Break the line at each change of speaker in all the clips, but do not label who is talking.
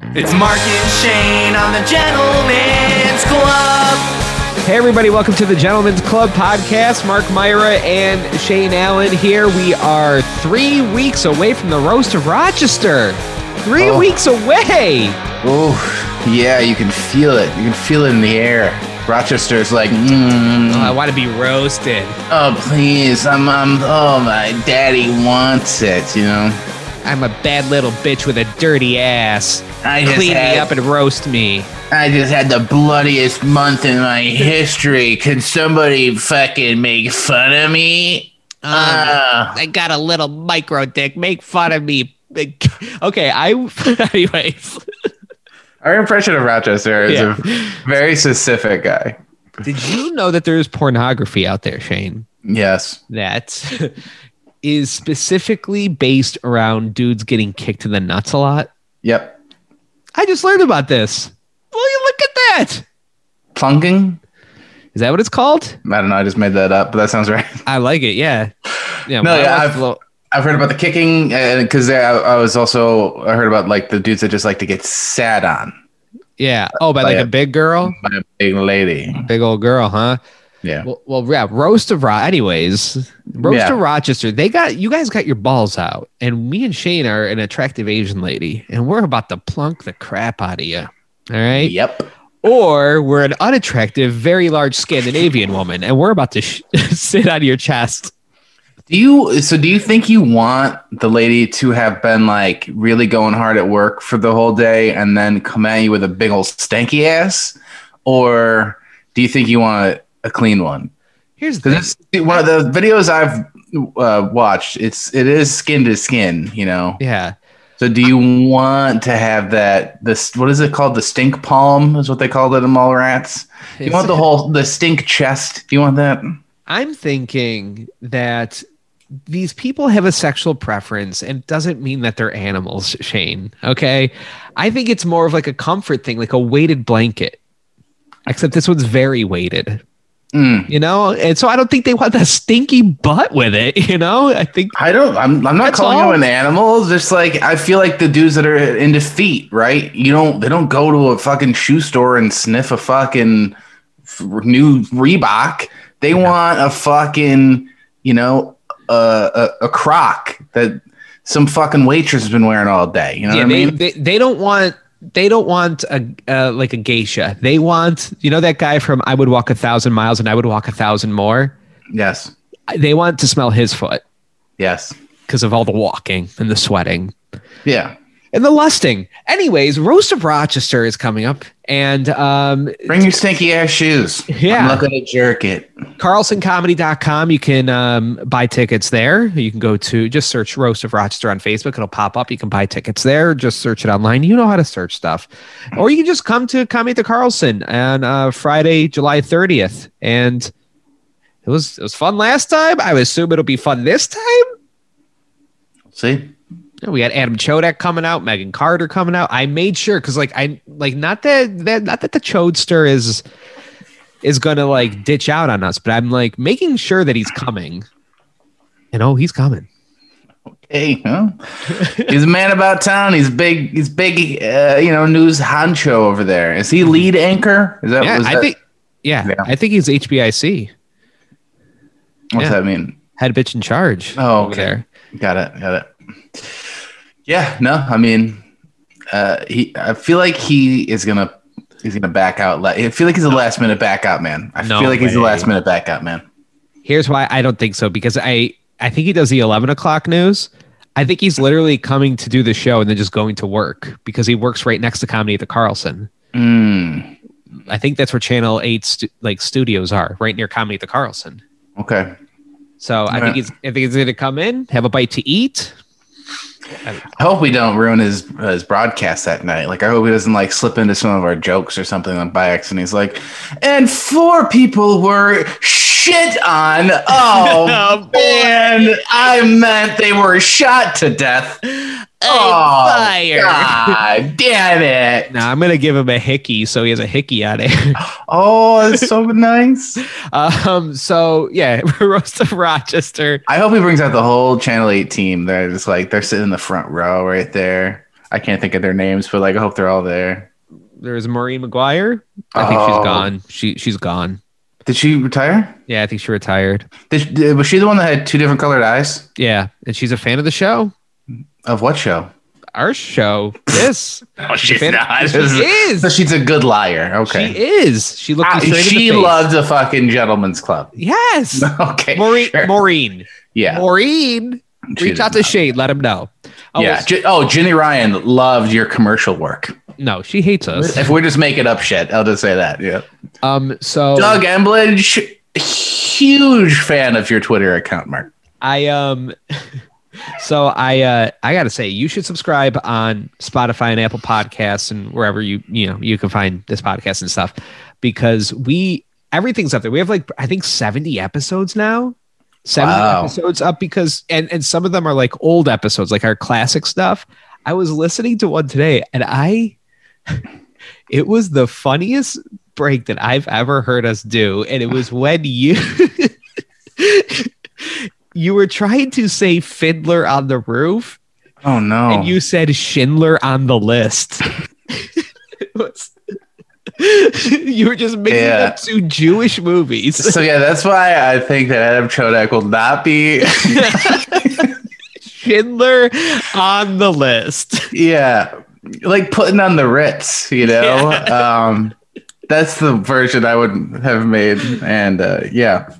It's Mark and Shane on the Gentleman's Club.
Hey, everybody, welcome to the Gentlemen's Club podcast. Mark Myra and Shane Allen here. We are three weeks away from the Roast of Rochester. Three
Oh.
weeks away.
Oh, yeah, you can feel it. You can feel it in the air. Rochester's like, mm,
Oh, I want to be roasted.
oh, please, I'm, I'm, oh, my daddy wants it, you know?
I'm a bad little bitch with a dirty ass.
I just,
Clean me
had,
up and roast me.
I just had the bloodiest month in my history. Could somebody fucking make fun of me?
Um,
Ah.
I got a little micro dick. Make fun of me. Okay, I. anyways.
Our impression of Rochester is
Yeah.
a very specific guy.
Did you know that there's pornography out there, Shane?
Yes.
that is specifically based around dudes getting kicked in the nuts a lot.
Yep.
I just learned about this. Will you look at that?
Plunking?
Is that what it's called?
I don't know. I just made that up, but that sounds right.
I like it. Yeah. Yeah.
No,
my
yeah,
wife
I've-
lo-
I've heard about the kicking because I, I was also I heard about like the dudes that just like to get sat on
yeah. Oh, by like
yeah.
a big girl,
by a big lady.
big old girl, huh?
Yeah.
Well, well yeah. Roast of Ro. Anyways, roast
Yeah.
of Rochester. They got you guys got your balls out, and me and Shane are an attractive Asian lady, and we're about to plunk the crap out of you. All right.
Yep.
or we're an unattractive, very large Scandinavian woman, and we're about to sh- sit on your chest.
Do you so do you think you want the lady to have been like really going hard at work for the whole day and then come at you with a big old stanky ass? Or do you think you want a clean one?
Here's the thing.
Because one of the videos I've uh, watched, it's it is skin to skin, you know.
Yeah,
So do you want to have that? This what is it called? The stink palm is what they called it in Mallrats. Do you want the whole the stink chest? Do you want that?
I'm thinking that these people have a sexual preference, and it doesn't mean that they're animals, Shane. Okay, I think it's more of like a comfort thing, like a weighted blanket. Except this one's very weighted,
Mm.
you know, and so I don't think they want that stinky butt with it. You know, I think
I don't. I'm. I'm not
That's
calling
all.
you an animal. It's Just like I feel like the dudes that are into feet, right? You don't. They don't go to a fucking shoe store and sniff a fucking f- new Reebok. They want a fucking you know a, a a croc that some fucking waitress has been wearing all day. You know
yeah,
what I
they,
mean?
they they don't want they don't want a uh, like a geisha. They want you know that guy from I would walk a thousand miles and I would walk a thousand more.
yes.
They want to smell his foot
Yes.
because of all the walking and the sweating
Yeah.
and the lusting. Anyways, roast of Rochester is coming up, and um,
Bring your stinky ass shoes.
Yeah.
I'm looking to jerk it.
carlsoncomedy.com. You can um, buy tickets there. You can go to just search Roast of Rochester on Facebook. It'll pop up. You can buy tickets there. Just search it online. You know how to search stuff. Or you can just come to Comedy at the Carlson on uh, Friday, July 30th. And it was it was fun last time. I would assume it'll be fun this time.
See?
We got Adam Chodak coming out, Megan Carter coming out. I made sure because like I like not that that not that the Chodester is is gonna like ditch out on us, but I'm like making sure that he's coming. And oh, he's coming.
Hey, huh? he's a man about town. He's big. He's big. Uh, you know, news honcho over there. Is he lead anchor? Is that?
Mm-hmm. Yeah,
was
I
that-
think. Yeah,
Yeah.
I think he's HBIC
What's
yeah.
that mean?
head bitch in charge.
Oh,
over
okay. Got it. Got it. Yeah. No. I mean, uh, he. I feel like he is gonna. He's gonna back out. la- I feel like he's a last minute back out man. I
No
feel like he's a
way.
last minute back out man.
Here's why I don't think so because I I think he does the 11 o'clock news. I think he's literally coming to do the show and then just going to work because he works right next to Comedy at the Carlson.
Mm,
I think that's where Channel Eight stu- like studios are, right near Comedy at the Carlson.
okay.
So I think
Right.
he's I think he's going to come in, have a bite to eat.
I hope we don't ruin his his broadcast that night. Like I hope he doesn't like slip into some of our jokes or something like by accident. He's like, and four people were shit on. Oh, man, I meant they were shot to death. oh, God damn it!
Now I'm going to give him a hickey, so he has a hickey on it.
Oh, it's so nice.
um, so yeah, roast of Rochester.
I hope he brings out the whole Channel Eight team. They're just like they're sitting in the front row right there. I can't think of their names, but like I hope they're all there.
There's Marie McGuire. I think she's
Oh.
gone. She she's gone.
Did she retire?
Yeah, I think she retired.
Did she, was she the one that had two different colored eyes?
Yeah, and she's a fan of the show.
Of what show?
Our show. This
Oh, she's
fan-
not.
she
So
is.
she's a good liar. Okay.
She is. She looked.
Ah,
you
She,
straight in the face.
loves a fucking gentleman's club.
Yes.
Okay.
Maureen.
sure.
Maureen.
yeah.
Maureen.
she
Reach out to
does
Shade. Let him know.
not. yeah.
it's-
J- oh, Jenny Ryan loved your commercial work.
no, she hates us.
If we're just making up shit, I'll just say that. Yeah.
Um. So
Doug Emblidge, huge fan of your Twitter account, Mark.
I um so I uh I gotta say you should subscribe on Spotify and Apple Podcasts and wherever you you know you can find this podcast and stuff because we everything's up there. We have like I think 70 episodes now. 70
Wow.
episodes up because and and some of them are like old episodes, like our classic stuff. I was listening to one today and I it was the funniest break that I've ever heard us do. And it was when you you were trying to say Fiddler on the Roof,
Oh no.
and you said Schindler on the list. It was- you were just mixing
Yeah.
up two Jewish movies.
so yeah, that's why I think that Adam Chodak will not be.
Schindler on the list.
yeah, like putting on the Ritz, you know. Um, that's the version I would have made, and uh, yeah.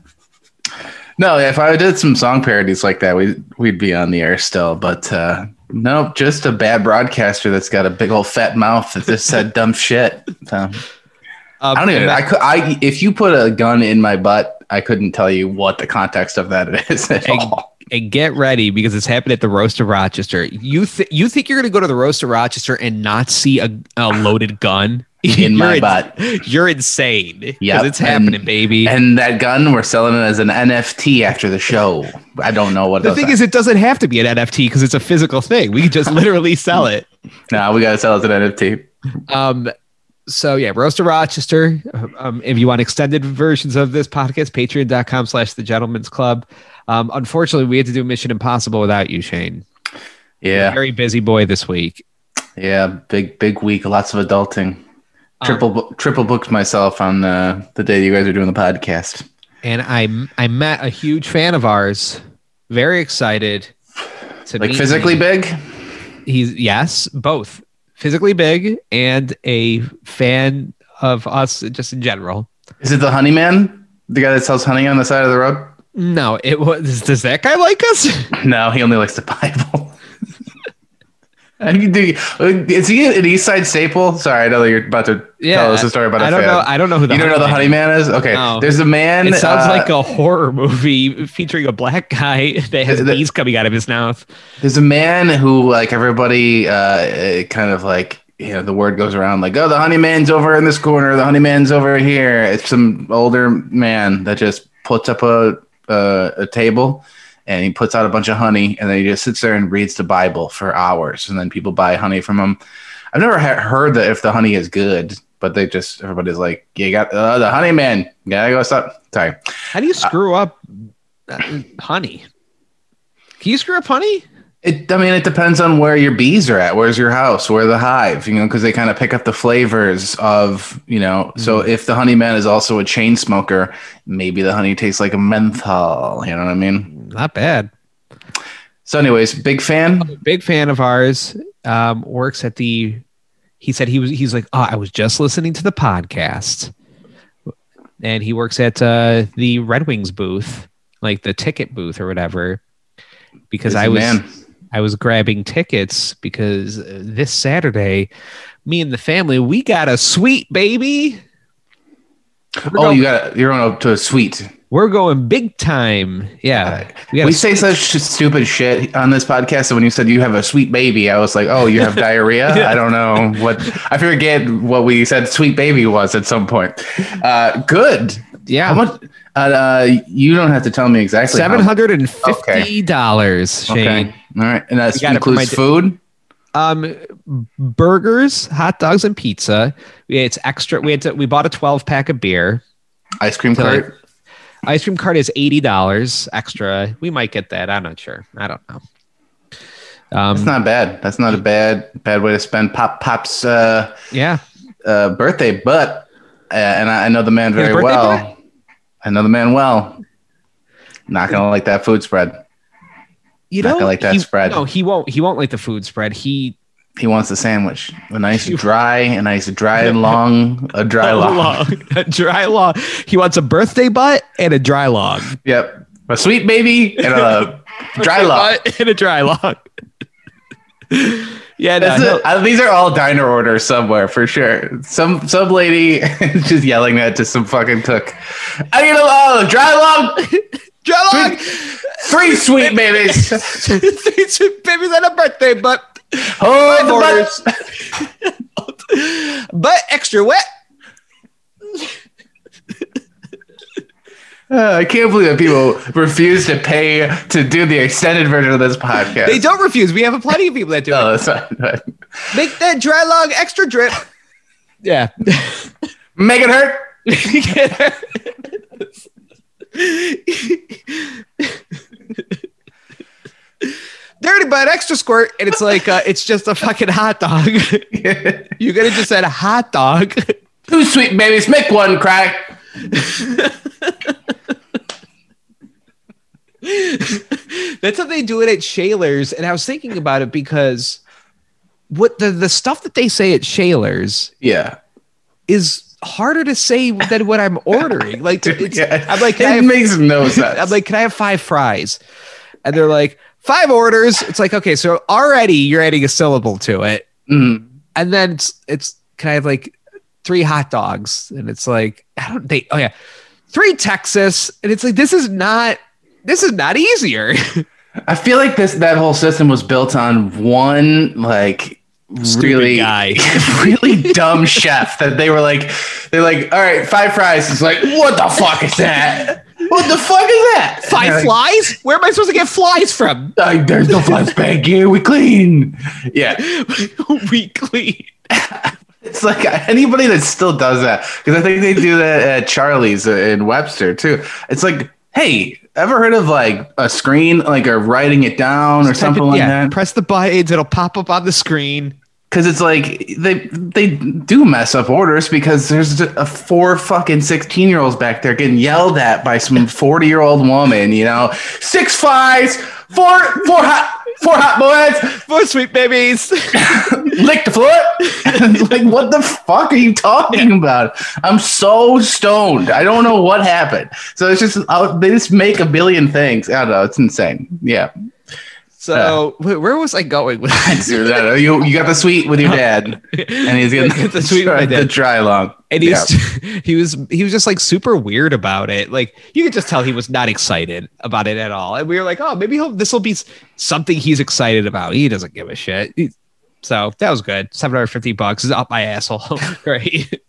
No, if I did some song parodies like that, we we'd be on the air still. But uh, nope, just a bad broadcaster that's got a big old fat mouth that just said dumb shit. So.
Um,
I don't even.
and
I could. I if you put a gun in my butt, I couldn't tell you what the context of that is at
Egg.
all.
and get ready because it's happening at the roast of Rochester. You th- you think you're going to go to the roast of Rochester and not see a, a loaded gun
In my
You're
butt.
You're insane. Yeah,
Yep,
it's
and-
happening, baby.
And that gun, we're selling it as an NFT after the show. I don't know what
the thing
is.
is, it doesn't have to be an NFT because it's a physical thing. We could just literally sell it.
No, we gotta sell it as an NFT.
Um, so yeah, roast of Rochester. Um, if you want extended versions of this podcast, patreon.com slash the gentleman's club. Um, unfortunately, we had to do Mission Impossible without you, Shane.
Yeah,
Very busy boy this week.
yeah. Big big week. Lots of adulting.
Um,
Triple bo- triple booked myself on uh, the day you guys are doing the podcast.
And I I met a huge fan of ours. Very excited to
Like
meet
physically
him.
big.
he's yes, both physically big and a fan of us just in general.
Is it the honey man? The guy that sells honey on the side of the road?
No, it was. Does that guy like us?
No, he only likes the Bible. I mean, do you- is he an East Side staple? Sorry, I know that you're about to tell us a story about a
I don't
fan.
know. I don't know who the
you don't know the Honey
Honey
Man is? Okay,
No.
there's a man.
Man- It sounds
uh,
like a horror movie featuring a black guy that has
Is it-
bees coming out of his mouth.
there's a man who like everybody uh, uh, kind of like you know the word goes around like oh the Honey Man's over in this corner, the Honey Man's over here. It's some older man that just puts up a uh, a table. And he puts out a bunch of honey, and then he just sits there and reads the Bible for hours, and then people buy honey from him. I've never he- heard that if the honey is good, but they just everybody's like, you got uh, the honey man, gotta go stop. Sorry,
How do you screw up uh, honey? Can you screw up honey?
it. I mean, it depends on where your bees are at. Where's your house? Where the hive? You know, because they kind of pick up the flavors of you know. So
Mm-hmm.
if the honey man is also a chain smoker, maybe the honey tastes like a menthol. You know what I mean?
Not bad.
So, anyways, big fan.
big fan of ours um, works at the he said he was he's like oh i was just listening to the podcast and he works at uh, the red wings booth like the ticket booth or whatever because
Busy
i was
man.
i was grabbing tickets because uh, this saturday me and the family we got a suite baby we're,
Oh,
going,
you got you're going up to a suite.
we're going big time yeah we got
Uh, we
a
say such stupid shit on this podcast. So when you said you have a sweet baby, I was like, oh, you have diarrhea. I don't know what. I forget what we said sweet baby was at some point. Uh, good.
yeah
How much? Uh, uh, you don't have to tell me exactly. how-
Seven hundred and fifty dollars, Shane.
Okay. All right, and that
You got it for
includes
my-
food.
um burgers hot dogs and pizza it's extra we had to, we bought a 12 pack of beer
Ice cream
So,
cart.
ice cream cart is $80 extra we might get that i'm not sure i don't know Um,
That's not bad. That's not a bad bad way to spend Pop Pop's uh,
yeah.
uh, birthday. But uh, and I, I know the man
a
very
birthday
well.
party?
I know the man well. Not gonna like that food spread.
You
Not
know,
gonna like that
he-
spread.
No, he won't. He won't like the food spread. He
He wants a sandwich, a nice dry, a nice dry long, a dry long.
a dry log. He wants a birthday butt and a dry log.
Yep, a sweet baby and a dry long.
Butt and a dry log. yeah, no,
That's
he'll-
it. Uh, these are all diner orders somewhere for sure. Some some lady is just yelling that to some fucking cook. I get a oh, dry long,
dry log.
three sweet babies.
Three sweet babies and a birthday butt.
Oh, the
Orders.
butt-
But extra wet.
Uh, I can't believe that people refuse to pay to do the extended version of this podcast.
They don't refuse. We have plenty of people that do
Oh,
it.
that's not-
Make that dry log extra drip. Yeah.
Make it hurt.
Dirty butt, extra squirt, and it's like uh, it's just a fucking hot dog. you could have just said hot dog.
Two sweet babies make one cry.
That's how they do it at Shaler's, and I was thinking about it because what the the stuff that they say at Shaler's
Yeah.
is harder to say than what I'm ordering. Like it's,
Yeah.
I'm like,
it
can I have,
makes no sense.
I'm like, can I have five fries? And they're like, five orders. It's like, okay, so already you're adding a syllable to it,
Mm.
and then it's it's can I have like three hot dogs? And it's like, I don't think. Oh yeah, three Texas, and it's like this is not this is not easier.
I feel like this that whole system was built on one like
Stupid
really
guy.
really dumb chef that they were like they're like all right five fries it's like what the fuck is that what the fuck is that And
Five
they're like,
flies? Where am I supposed to get flies from?
"Uh, there's no flies back here we clean yeah
Weekly.
It's like anybody that still does that because I think they do that at Charlie's in Webster too. It's like, hey, ever heard of like a screen, like or writing it down or something like that?
Press the buttons, it'll pop up on the screen.
Because it's like they they do mess up orders because there's a four fucking sixteen year olds back there getting yelled at by some forty year old woman. You know, six flies, four four hot four hot boys,
Four sweet babies.
lick the foot. like, what the fuck are you talking about? I'm so stoned. I don't know what happened. So it's just I'll, they just make a billion things. I don't know. It's insane. Yeah,
So wh- where was I going with that?
Dude, I don't know. you you got the sweet with your dad, and he's getting
The sweet with my
dry,
dad.
the dry long.
And he
Yeah.
was, he was he was just like super weird about it. Like you could just tell he was not excited about it at all. And we were like, oh, maybe he'll this will be s- something he's excited about. He doesn't give a shit. He- so that was good. Seven hundred fifty bucks is up my asshole. Great.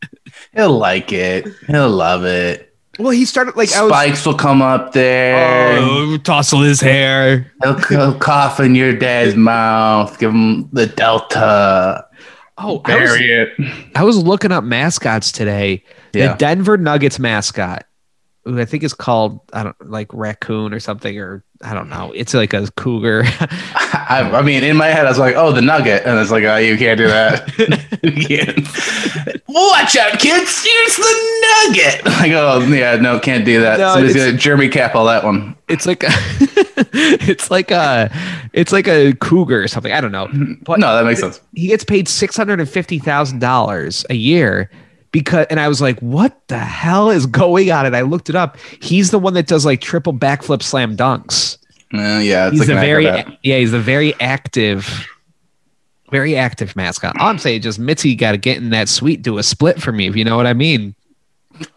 He'll like it. He'll love it.
Well, he started like I was
Spikes will come up there.
Oh, tossle his hair.
He'll, he'll cough in your dad's mouth. Give him the delta.
Oh, I was,
Bury it.
I was looking up mascots today.
Yeah.
The Denver Nuggets mascot, who I think is called I don't like raccoon or something or I don't know. It's like a cougar.
I, I mean, in my head, I was like, "Oh, the nugget," and it's like, "Oh, you can't do that." You can't. Watch out, kids! Here's the nugget. Like, oh yeah, no, can't do that.
No,
Somebody's
it's-
gonna Jeremy cap all that one.
it's like a, it's like a it's like a cougar or something. I don't know. But
no, that makes sense.
he gets paid six hundred and fifty thousand dollars a year because and I was like, what the hell is going on? And I looked it up. He's the one that does like triple backflip slam dunks.
Uh, yeah, it's
he's
like
a
an
very
acrobat.
yeah he's a very active very active mascot i'm saying just mitzi got to get in that suite do a split for me if you know what i mean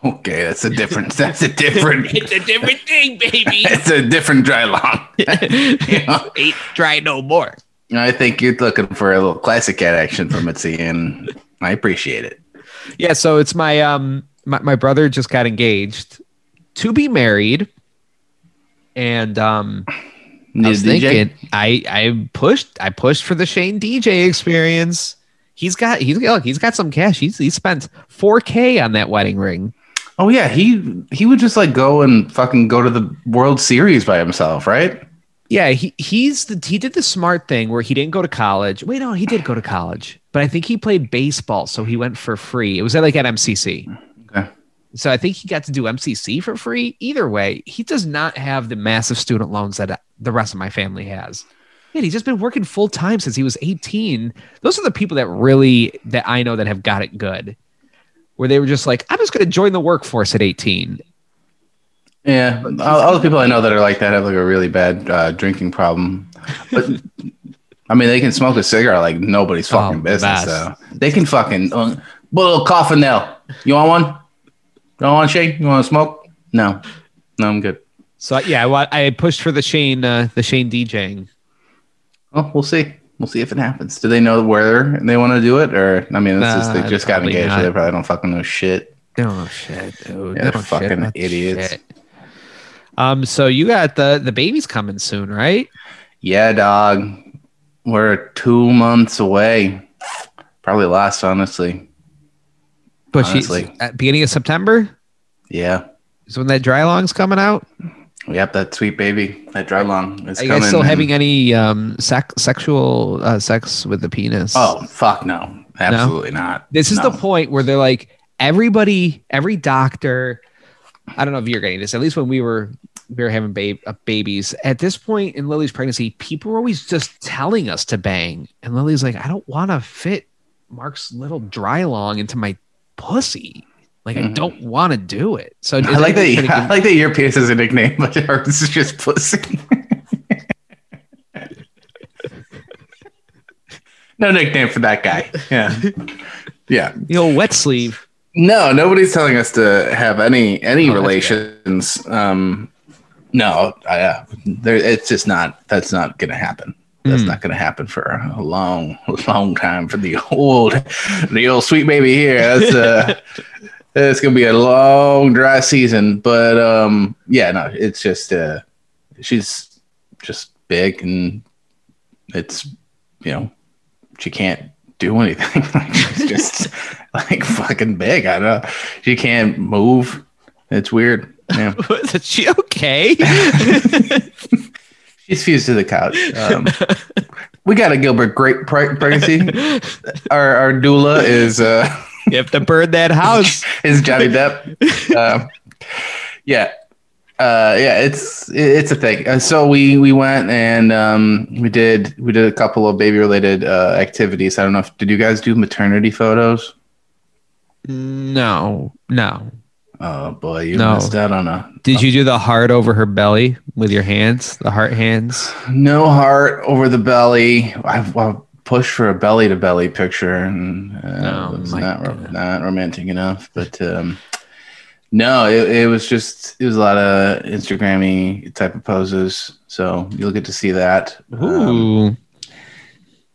okay. That's a different. That's a different.
a different thing baby
it's a different dry long. You know?
ain't try no more
I think you're looking for a little classic cat action from Mitzi, and I appreciate it.
yeah so it's my um my, my brother just got engaged to be married and um I was
New DJ?
thinking I I pushed I pushed for the Shane DJ experience. He's got he's look, he's got some cash. He's he spent 4K on that wedding ring.
Oh yeah, he he would just like go and fucking go to the World Series by himself, right?
Yeah, he he's the he did the smart thing where he didn't go to college. Wait, no, he did go to college, but I think he played baseball, so he went for free. It was at like at MCC.
Okay.
So I think he got to do MCC for free. Either way, he does not have the massive student loans that the rest of my family has. Man, he's just been working full time since he was 18. Those are the people that really that I know that have got it good. Where they were just like, I'm just going to join the workforce at 18.
Yeah, all, all the people I know that are like that have like a really bad uh, drinking problem. But I mean, they can smoke a cigar like nobody's fucking
Oh,
business.
best.
So they can fucking uh, little coffinelle. You want one? You want one, Shane? You want to smoke? No, no, I'm good.
So yeah, I, wa- I pushed for the Shane uh, the Shane DJing.
Well, we'll see. We'll see if it happens. Do they know where they want to do it, or I mean, this is they
Nah,
just got
probably
engaged. so
not.
They probably don't fucking know shit.
Oh shit, dude.
Yeah, they're fucking idiots.
Um, so you got the the baby's coming soon, right?
Yeah, dog. We're two months away. Probably less, honestly.
But she's
Honestly.
at beginning of September
Yeah.
is when that dry long's coming out.
Yep, that sweet baby, that dry lung is
Are you
coming.
guys still
and-
having any um sex sexual uh, sex with the penis?
Oh fuck no, absolutely not.
This is
No.
the point where they're like, everybody, every doctor. I don't know if you're getting this. At least when we were we were having babe, uh, babies. At this point in Lily's pregnancy, people were always just telling us to bang, and Lily's like, I don't want to fit Mark's little dry long into my pussy. Like I
Mhm.
don't want to do it. So
I like that. I like that your penis is a nickname, but yours is just pussy. no nickname for that guy. Yeah, yeah.
the old wet sleeve.
No, nobody's telling us to have any any
Oh, that's
relations. Um, no, I, uh, there, it's just not. That's not going to happen. That's
Mm.
not going to happen for a long, long time for the old, the old sweet baby here. That's uh, it's going to be a long dry season. But um, yeah, no, it's just uh, she's just big and it's you know she can't do anything. like she's just like fucking big. I don't. She can't move. It's weird. Yeah.
Is she okay?
She's fused to the couch. Um, we got a Gilbert Grape pre- pregnancy. Our, our doula is uh,
you have to burn that house.
is Johnny Depp. Um, yeah, uh, yeah, it's it's a thing. Uh, so we we went and um, we did we did a couple of baby related uh, activities. I don't know if did you guys do maternity photos?
No, no.
Oh boy, you
No.
missed out on a
Did you do the heart over her belly with your hands? The heart hands?
no heart over the belly. I've, i pushed for a belly to belly picture, and uh,
Oh,
it was
my
not ro-
God.
not romantic enough. But um, no, it, it was just it was a lot of Instagrammy type of poses. So you'll get to see that. Um,
Ooh.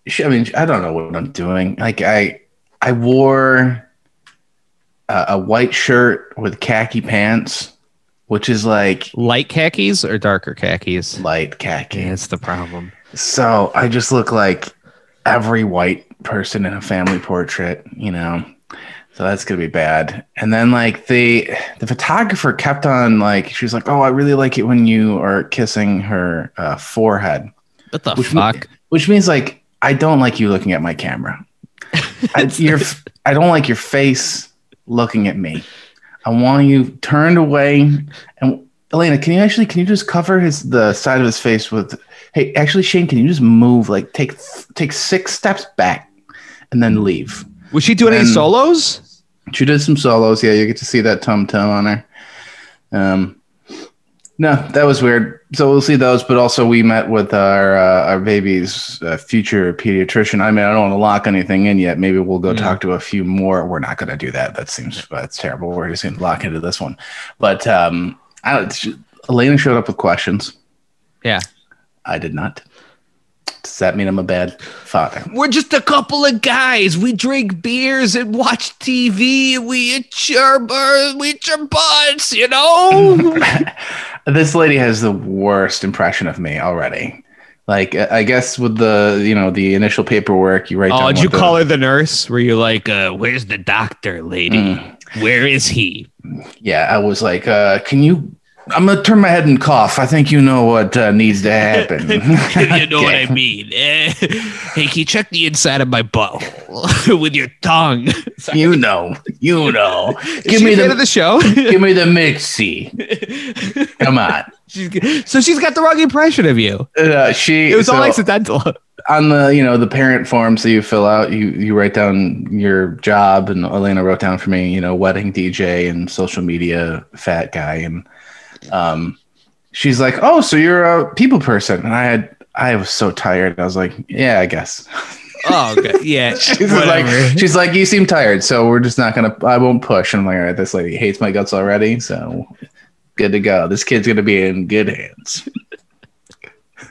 sh- I mean, I don't know what I'm doing. Like I I wore a, a white shirt with khaki pants, which is like
Light khakis or darker khakis?
light khaki.
Yeah, that's the problem.
So I just look like every white person in a family portrait, you know. So that's gonna be bad. And then like the the photographer kept on like she was like, "Oh, I really like it when you are kissing her uh, forehead,"
What the
Which
fuck?
which means like I don't like you looking at my camera. I, your I don't like your face looking at me. I want you turned away. And Elena, can you actually can you just cover his the side of his face with? Hey, actually, Shane, can you just move like take take six steps back and then leave?
Was she doing any
Then-
solos?
She did some solos. Yeah, you get to see that tum tum on her. Um, no, that was weird. So we'll see those. But also, we met with our uh, our baby's uh, future pediatrician. I mean, I don't want to lock anything in yet. Maybe we'll go
Mm.
talk to a few more. We're not going to do that. That seems that's terrible. We're just going to lock into this one. But um, I don't, she- Elena showed up with questions.
Yeah.
I did not. Does that mean I'm a bad father?
We're just a couple of guys. We drink beers and watch TV. And we eat our bars, we eat our butts, you know?
this lady has the worst impression of me already. Like I I guess with the you know the initial paperwork you write.
oh,
down
did
what
you
the-
call her the nurse? Were you like, uh, where's the doctor, lady?
Mm.
Where is he?
Yeah, I was like, uh, can you I'm gonna turn my head and cough. I think you know what uh, needs to happen.
you know what
Okay.
I mean. Eh, hey, can you check the inside of my butthole with your tongue?
You know, you know. Give
She
me
the
the,
end of the show.
give me the mixie. Come on.
She's- so she's got the wrong impression of you.
Uh, she
It was all
so-
accidental.
on the you know the parent forms that you fill out you you write down your job and elena wrote down for me you know wedding dj and social media fat guy and um she's like oh so you're a people person and i had i was so tired i was like yeah i guess
Oh, God. yeah.
she's like she's like you seem tired so we're just not gonna i won't push and i'm like all right this lady hates my guts already so good to go this kid's gonna be in good hands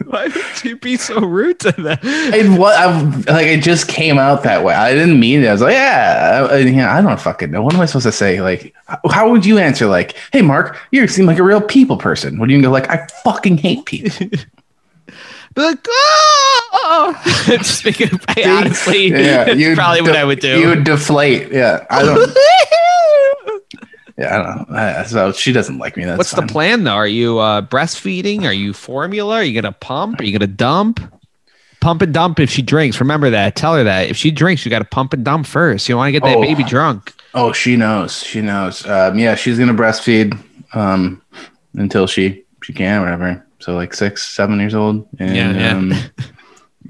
Why would you be so rude to them?
It what I like. It just came out that way. I didn't mean it. I was like, yeah, I, I- yeah. I don't fucking know. What am I supposed to say? Like, h- how would you answer? Like, hey, Mark, you seem like a real people person. Would you go like, I fucking hate people?
Be like, oh.
Speaking of, I honestly,
you'd
that's probably what
de-
I would do.
You would deflate. Yeah, I don't. yeah, I don't know. I, so she doesn't like me. That's
What's the
fine.
plan though? Are you uh, breastfeeding? Are you formula? Are you gonna pump? Are you gonna dump? Pump and dump if she drinks. Remember that. Tell her that if she drinks, you got to pump and dump first. You want to get that
Oh.
baby drunk.
Oh, she knows. She knows. Um, yeah, she's gonna breastfeed um, until she she can, whatever. So like six, seven years old. And,
Yeah, yeah.
Um,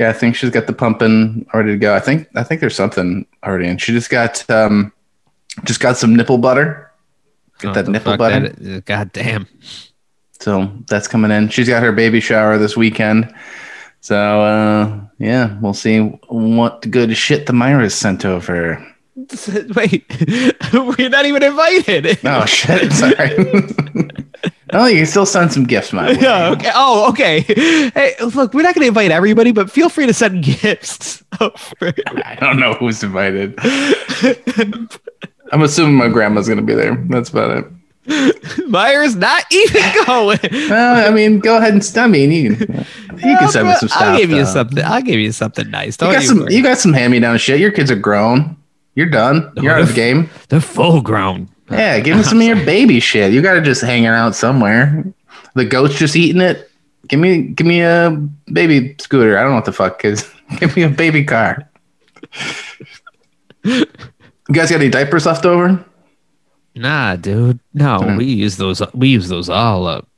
yeah, I think she's got the pumping already to go. I think I think there's something already, and she just got um, just got some nipple butter. Get that
Oh, the
nipple
fuck
butter.
that- uh, God damn.
So that's coming in. She's got her baby shower this weekend. So uh, yeah, we'll see what good shit the Myra's sent over.
Wait, we're not even invited.
Oh shit! Sorry. oh, you can still send some gifts, my way.
Yeah, okay. Oh, okay. Hey, look, we're not going to invite everybody, but feel free to send gifts. over.
I don't know who's invited. I'm assuming my grandma's gonna be there. That's about it.
Meyer's not even going.
Well, I mean, go ahead and send me. And you can, you can send me some stuff.
I'll give you
though.
something. I'll give you something nice.
You
Don't
got
you
some.
worry.
You got some hand-me-down shit. Your kids are grown. You're done. You're out of the game.
They're full grown.
Yeah, give them some of your baby shit. You got to just hanging out somewhere. The goat's just eating it. Give me, give me a baby scooter. I don't know what the fuck is. Give me a baby car. you guys got any diapers left over?
Nah, dude. No, we use those. We use those all up.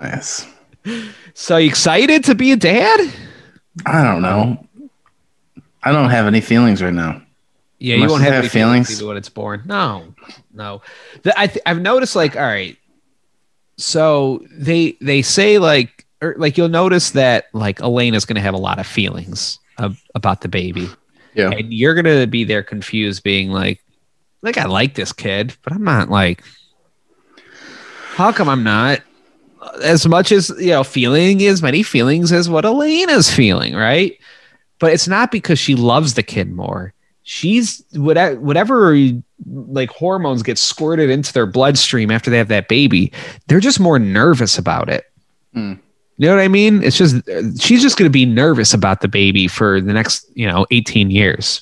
Yes.
So you excited to be a dad?
I don't know. I don't have any feelings right now.
Yeah, you
Must
won't have,
have
any feelings,
feelings.
even when it's born. No, no. The- I th- I've noticed like all right. So they they say like or like you'll notice that like Elena's gonna have a lot of feelings ab- about the baby,
Yeah.
and you're gonna be there confused, being like, like I like this kid, but I'm not like, how come I'm not? As much as you know, feeling as many feelings as what Elena's feeling, right? But it's not because she loves the kid more she's whatever, whatever like hormones get squirted into their bloodstream after they have that baby they're just more nervous about it
Hmm.
you know what i mean it's just she's just going to be nervous about the baby for the next you know 18 years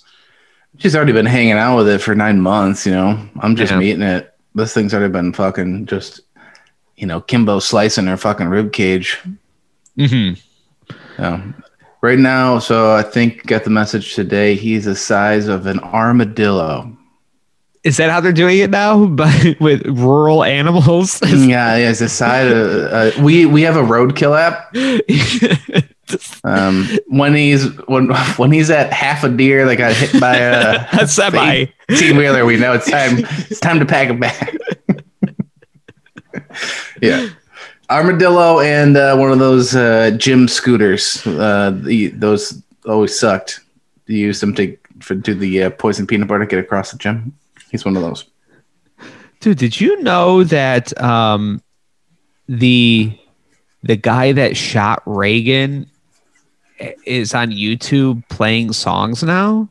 She's already been hanging out with it for nine months, you know. I'm just
Yeah.
meeting it. This thing's already been fucking just, you know, Kimbo slicing her fucking rib cage.
mm-hmm.
Um, right now, so I think got the message today. He's the size of an armadillo.
is that how they're doing it now but with rural animals
yeah, yeah, it's the size of. Uh, we we have a roadkill app. Um, when he's when when he's at half a deer that got hit by a
a semi
eighteen wheeler, we know it's time. It's time to pack it back. yeah. Armadillo and uh, one of those uh, gym scooters. Uh, the, those always sucked. You used them to for, do the uh, poison peanut butter get across the gym. He's one of those.
Dude, did you know that um, the the guy that shot Reagan i- is on YouTube playing songs now?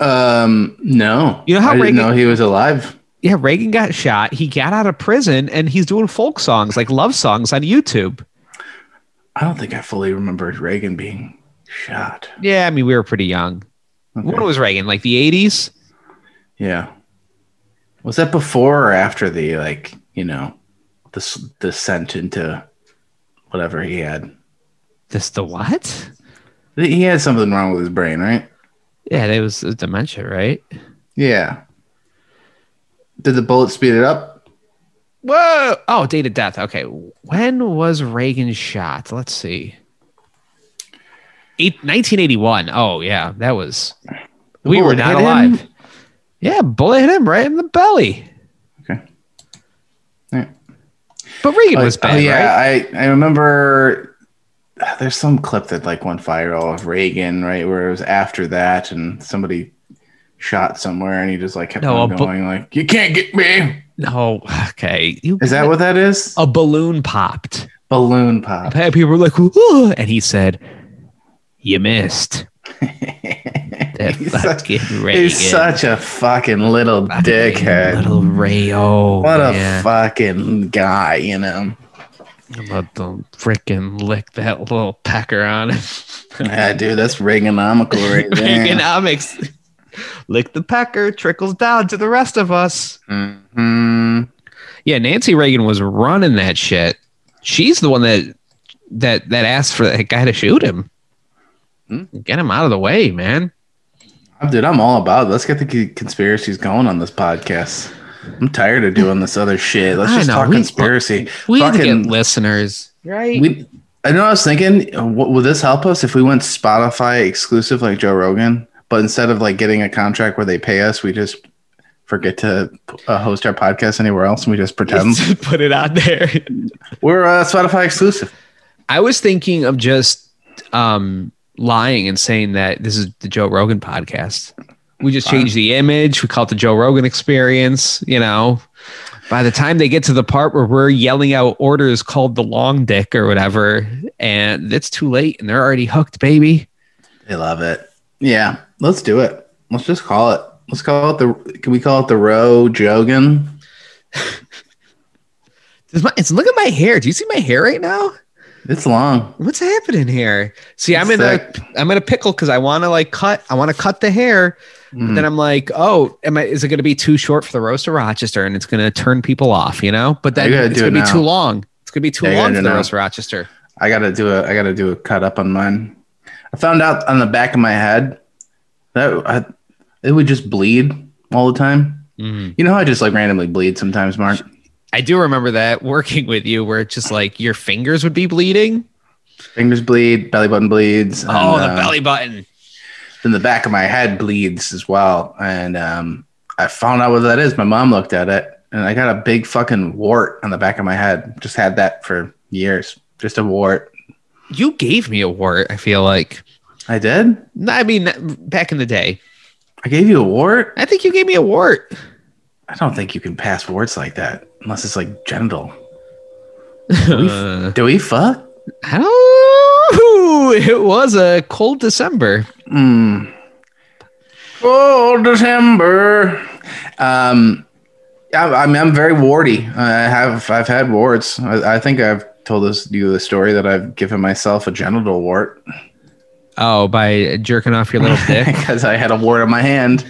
Um, no,
You know how
I didn't
Reagan-
know he was alive.
Yeah, Reagan got shot. He got out of prison and he's doing folk songs, like love songs on YouTube.
I don't think I fully remember Reagan being shot.
Yeah, I mean, we were pretty young.
Okay.
When was Reagan? Like the 80s?
yeah. Was that before or after the like you know this descent into whatever he had?
This the what?
He had something wrong with his brain, right?
Yeah, that was uh, dementia, right?
Yeah. Did the bullet speed it up?
Whoa! Oh, date of death. Okay, when was Reagan shot? Let's see. Eight, 1981. Oh yeah, that was. We were
bullet
not
hit him?
alive. Yeah, bullet hit him right in the belly.
Okay. Yeah.
But Reagan was
Oh,
bad, right?
yeah, I I remember. There's some clip that like went viral of Reagan, right, where it was after that, and somebody shot somewhere, and he just like kept
No,
on
a bu-
going, like "You can't get me."
No, okay. You,
Is that what Ah. that is?
a balloon popped?
Balloon pop.
Pe- People were like, "Ooh," and he said, "You missed." That
He's such-
fucking Reagan,
He's such a fucking little dickhead.
little Rayo.
what a
man.
fucking guy, you know.
I'm about to freaking lick that little pecker on it.
Yeah, dude, that's Reaganomical right there.
Reaganomics. Lick the pecker trickles down to the rest of us.
Mhm.
Yeah, Nancy Reagan was running that shit. She's the one that that that asked for that guy to shoot him.
Hmm.
Get him out of the way, man.
Dude, I'm all about. It. Let's get the c- conspiracies going on this podcast. I'm tired of doing this other shit. Let's
I
just
know,
talk
we-
conspiracy.
We need to
Fucking-
get listeners. Right.
we, I know. I was thinking, uh, w- would this help us if we went Spotify exclusive like Joe Rogan? But instead of like getting a contract where they pay us, we just forget to uh, host our podcast anywhere else, and we just pretend
put it out there.
we're uh, Spotify exclusive.
I was thinking of just um, lying and saying that this is the Joe Rogan podcast. We just change the image. We call it the Joe Rogan experience. You know, by the time they get to the part where we're yelling out orders called the long dick or whatever, and it's too late and they're already hooked, baby.
They love it. Yeah, let's do it. Let's just call it. Let's call it the. Can we call it the Roe Jogan?
Does my, it's, look at my hair. Do you see my hair right now?
It's long.
What's happening here? See, I'm
It's
in
thick.
a I'm in a pickle because I want to like cut. I want to cut the hair,
Mm-hmm.
but
Mm.
then I'm like, oh, am I? Is it going to be too short for the roast of Rochester, and it's going to turn people off? You know, but then
You gotta
it's
do it
going to be
now.
too long. It's going to be too
Yeah, you gotta
long
do
for
it
the
now.
roast of Rochester.
I gotta do a. I gotta do a cut up on mine. I found out on the back of my head that I, it would just bleed all the time.
Mm.
You know how I just like randomly bleed sometimes, Mark.
I do remember that working with you, where it's just like your fingers would be bleeding.
Fingers bleed, belly button bleeds.
Oh,
and,
the
uh,
belly button.
Then the back of my head bleeds as well, and um, I found out what that is. My mom looked at it, and I got a big fucking wart on the back of my head. Just had that for years. Just a wart.
You gave me a wart. I feel like.
I did.
No, I mean, back in the day,
I gave you a wart.
I think you gave me a wart.
I don't think you can pass warts like that unless it's like genital.
Uh,
Do we fuck?
Oh, it was a cold December.
Hmm. Oh, December. Um, I, I mean, I'm very warty. I have I've had warts. I, I think I've told this you the story that I've given myself a genital wart
Oh, by jerking off your little dick.
because I had a wart on my hand,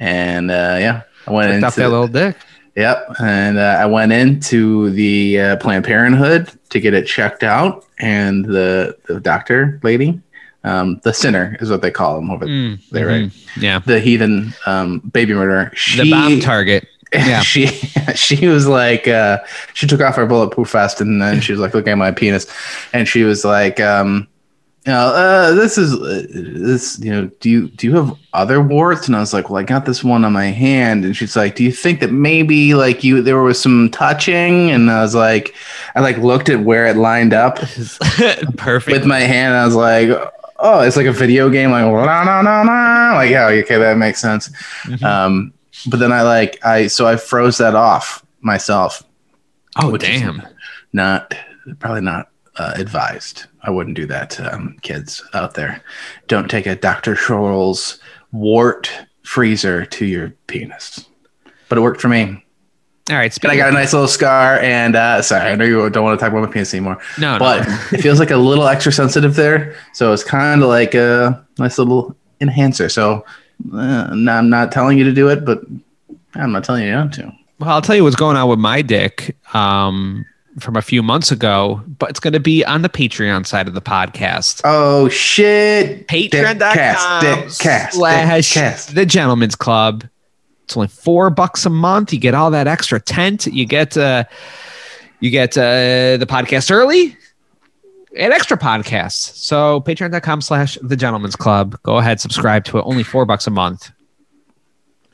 and uh, yeah, I went
Jerked off
into
that little dick.
Yep. And uh, I went into the uh, Planned Parenthood to get it checked out. And the, the doctor lady, um, the sinner is what they call him over
Mm,
there, right?
Yeah.
The heathen um, baby murderer. She,
the bomb target. yeah.
she, she was like, uh, she took off her bulletproof vest and then she was like looking at my penis. And she was like, um, you know, uh, this is uh, this. You know, do you do you have other warts? And I was like, well, I got this one on my hand. And she's like, do you think that maybe like you there was some touching? And I was like, I like looked at where it lined up
Perfect.
with my hand. I was like, oh, it's like a video game. Like, la, la, la, la. like, yeah, okay, that makes sense. Um, but then I like I so I froze that off myself.
oh,
which is-
damn.
Not probably not uh, advised. I wouldn't do that, um, kids out there. Don't take a Dr. Scholl's wart freezer to your penis. But it worked for me.
All right.
And I
Speaking
got a nice little scar. And uh, sorry, I know you don't want to talk about my penis anymore
of, no,
but
Oh, no.
it feels like a little extra sensitive there. So it's kind of like a nice little enhancer. So uh, no, I'm not telling you to do it, but I'm not telling you not to.
Well, I'll tell you what's going on with my dick um, from a few months ago, but it's going to be on the Patreon side of the podcast.
Oh shit!
Patreon.com
Dickcast,
slash
Dickcast.
the Gentleman's Club. It's only four bucks a month. You get all that extra tent. You get uh, you get uh, the podcast early and extra podcasts. So patreon.com slash the gentleman's club. Go ahead, subscribe to it. Only four bucks a month.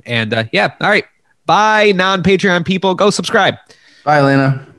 And uh, yeah, all right. Bye, non Patreon people. Go subscribe.
Bye, Lena.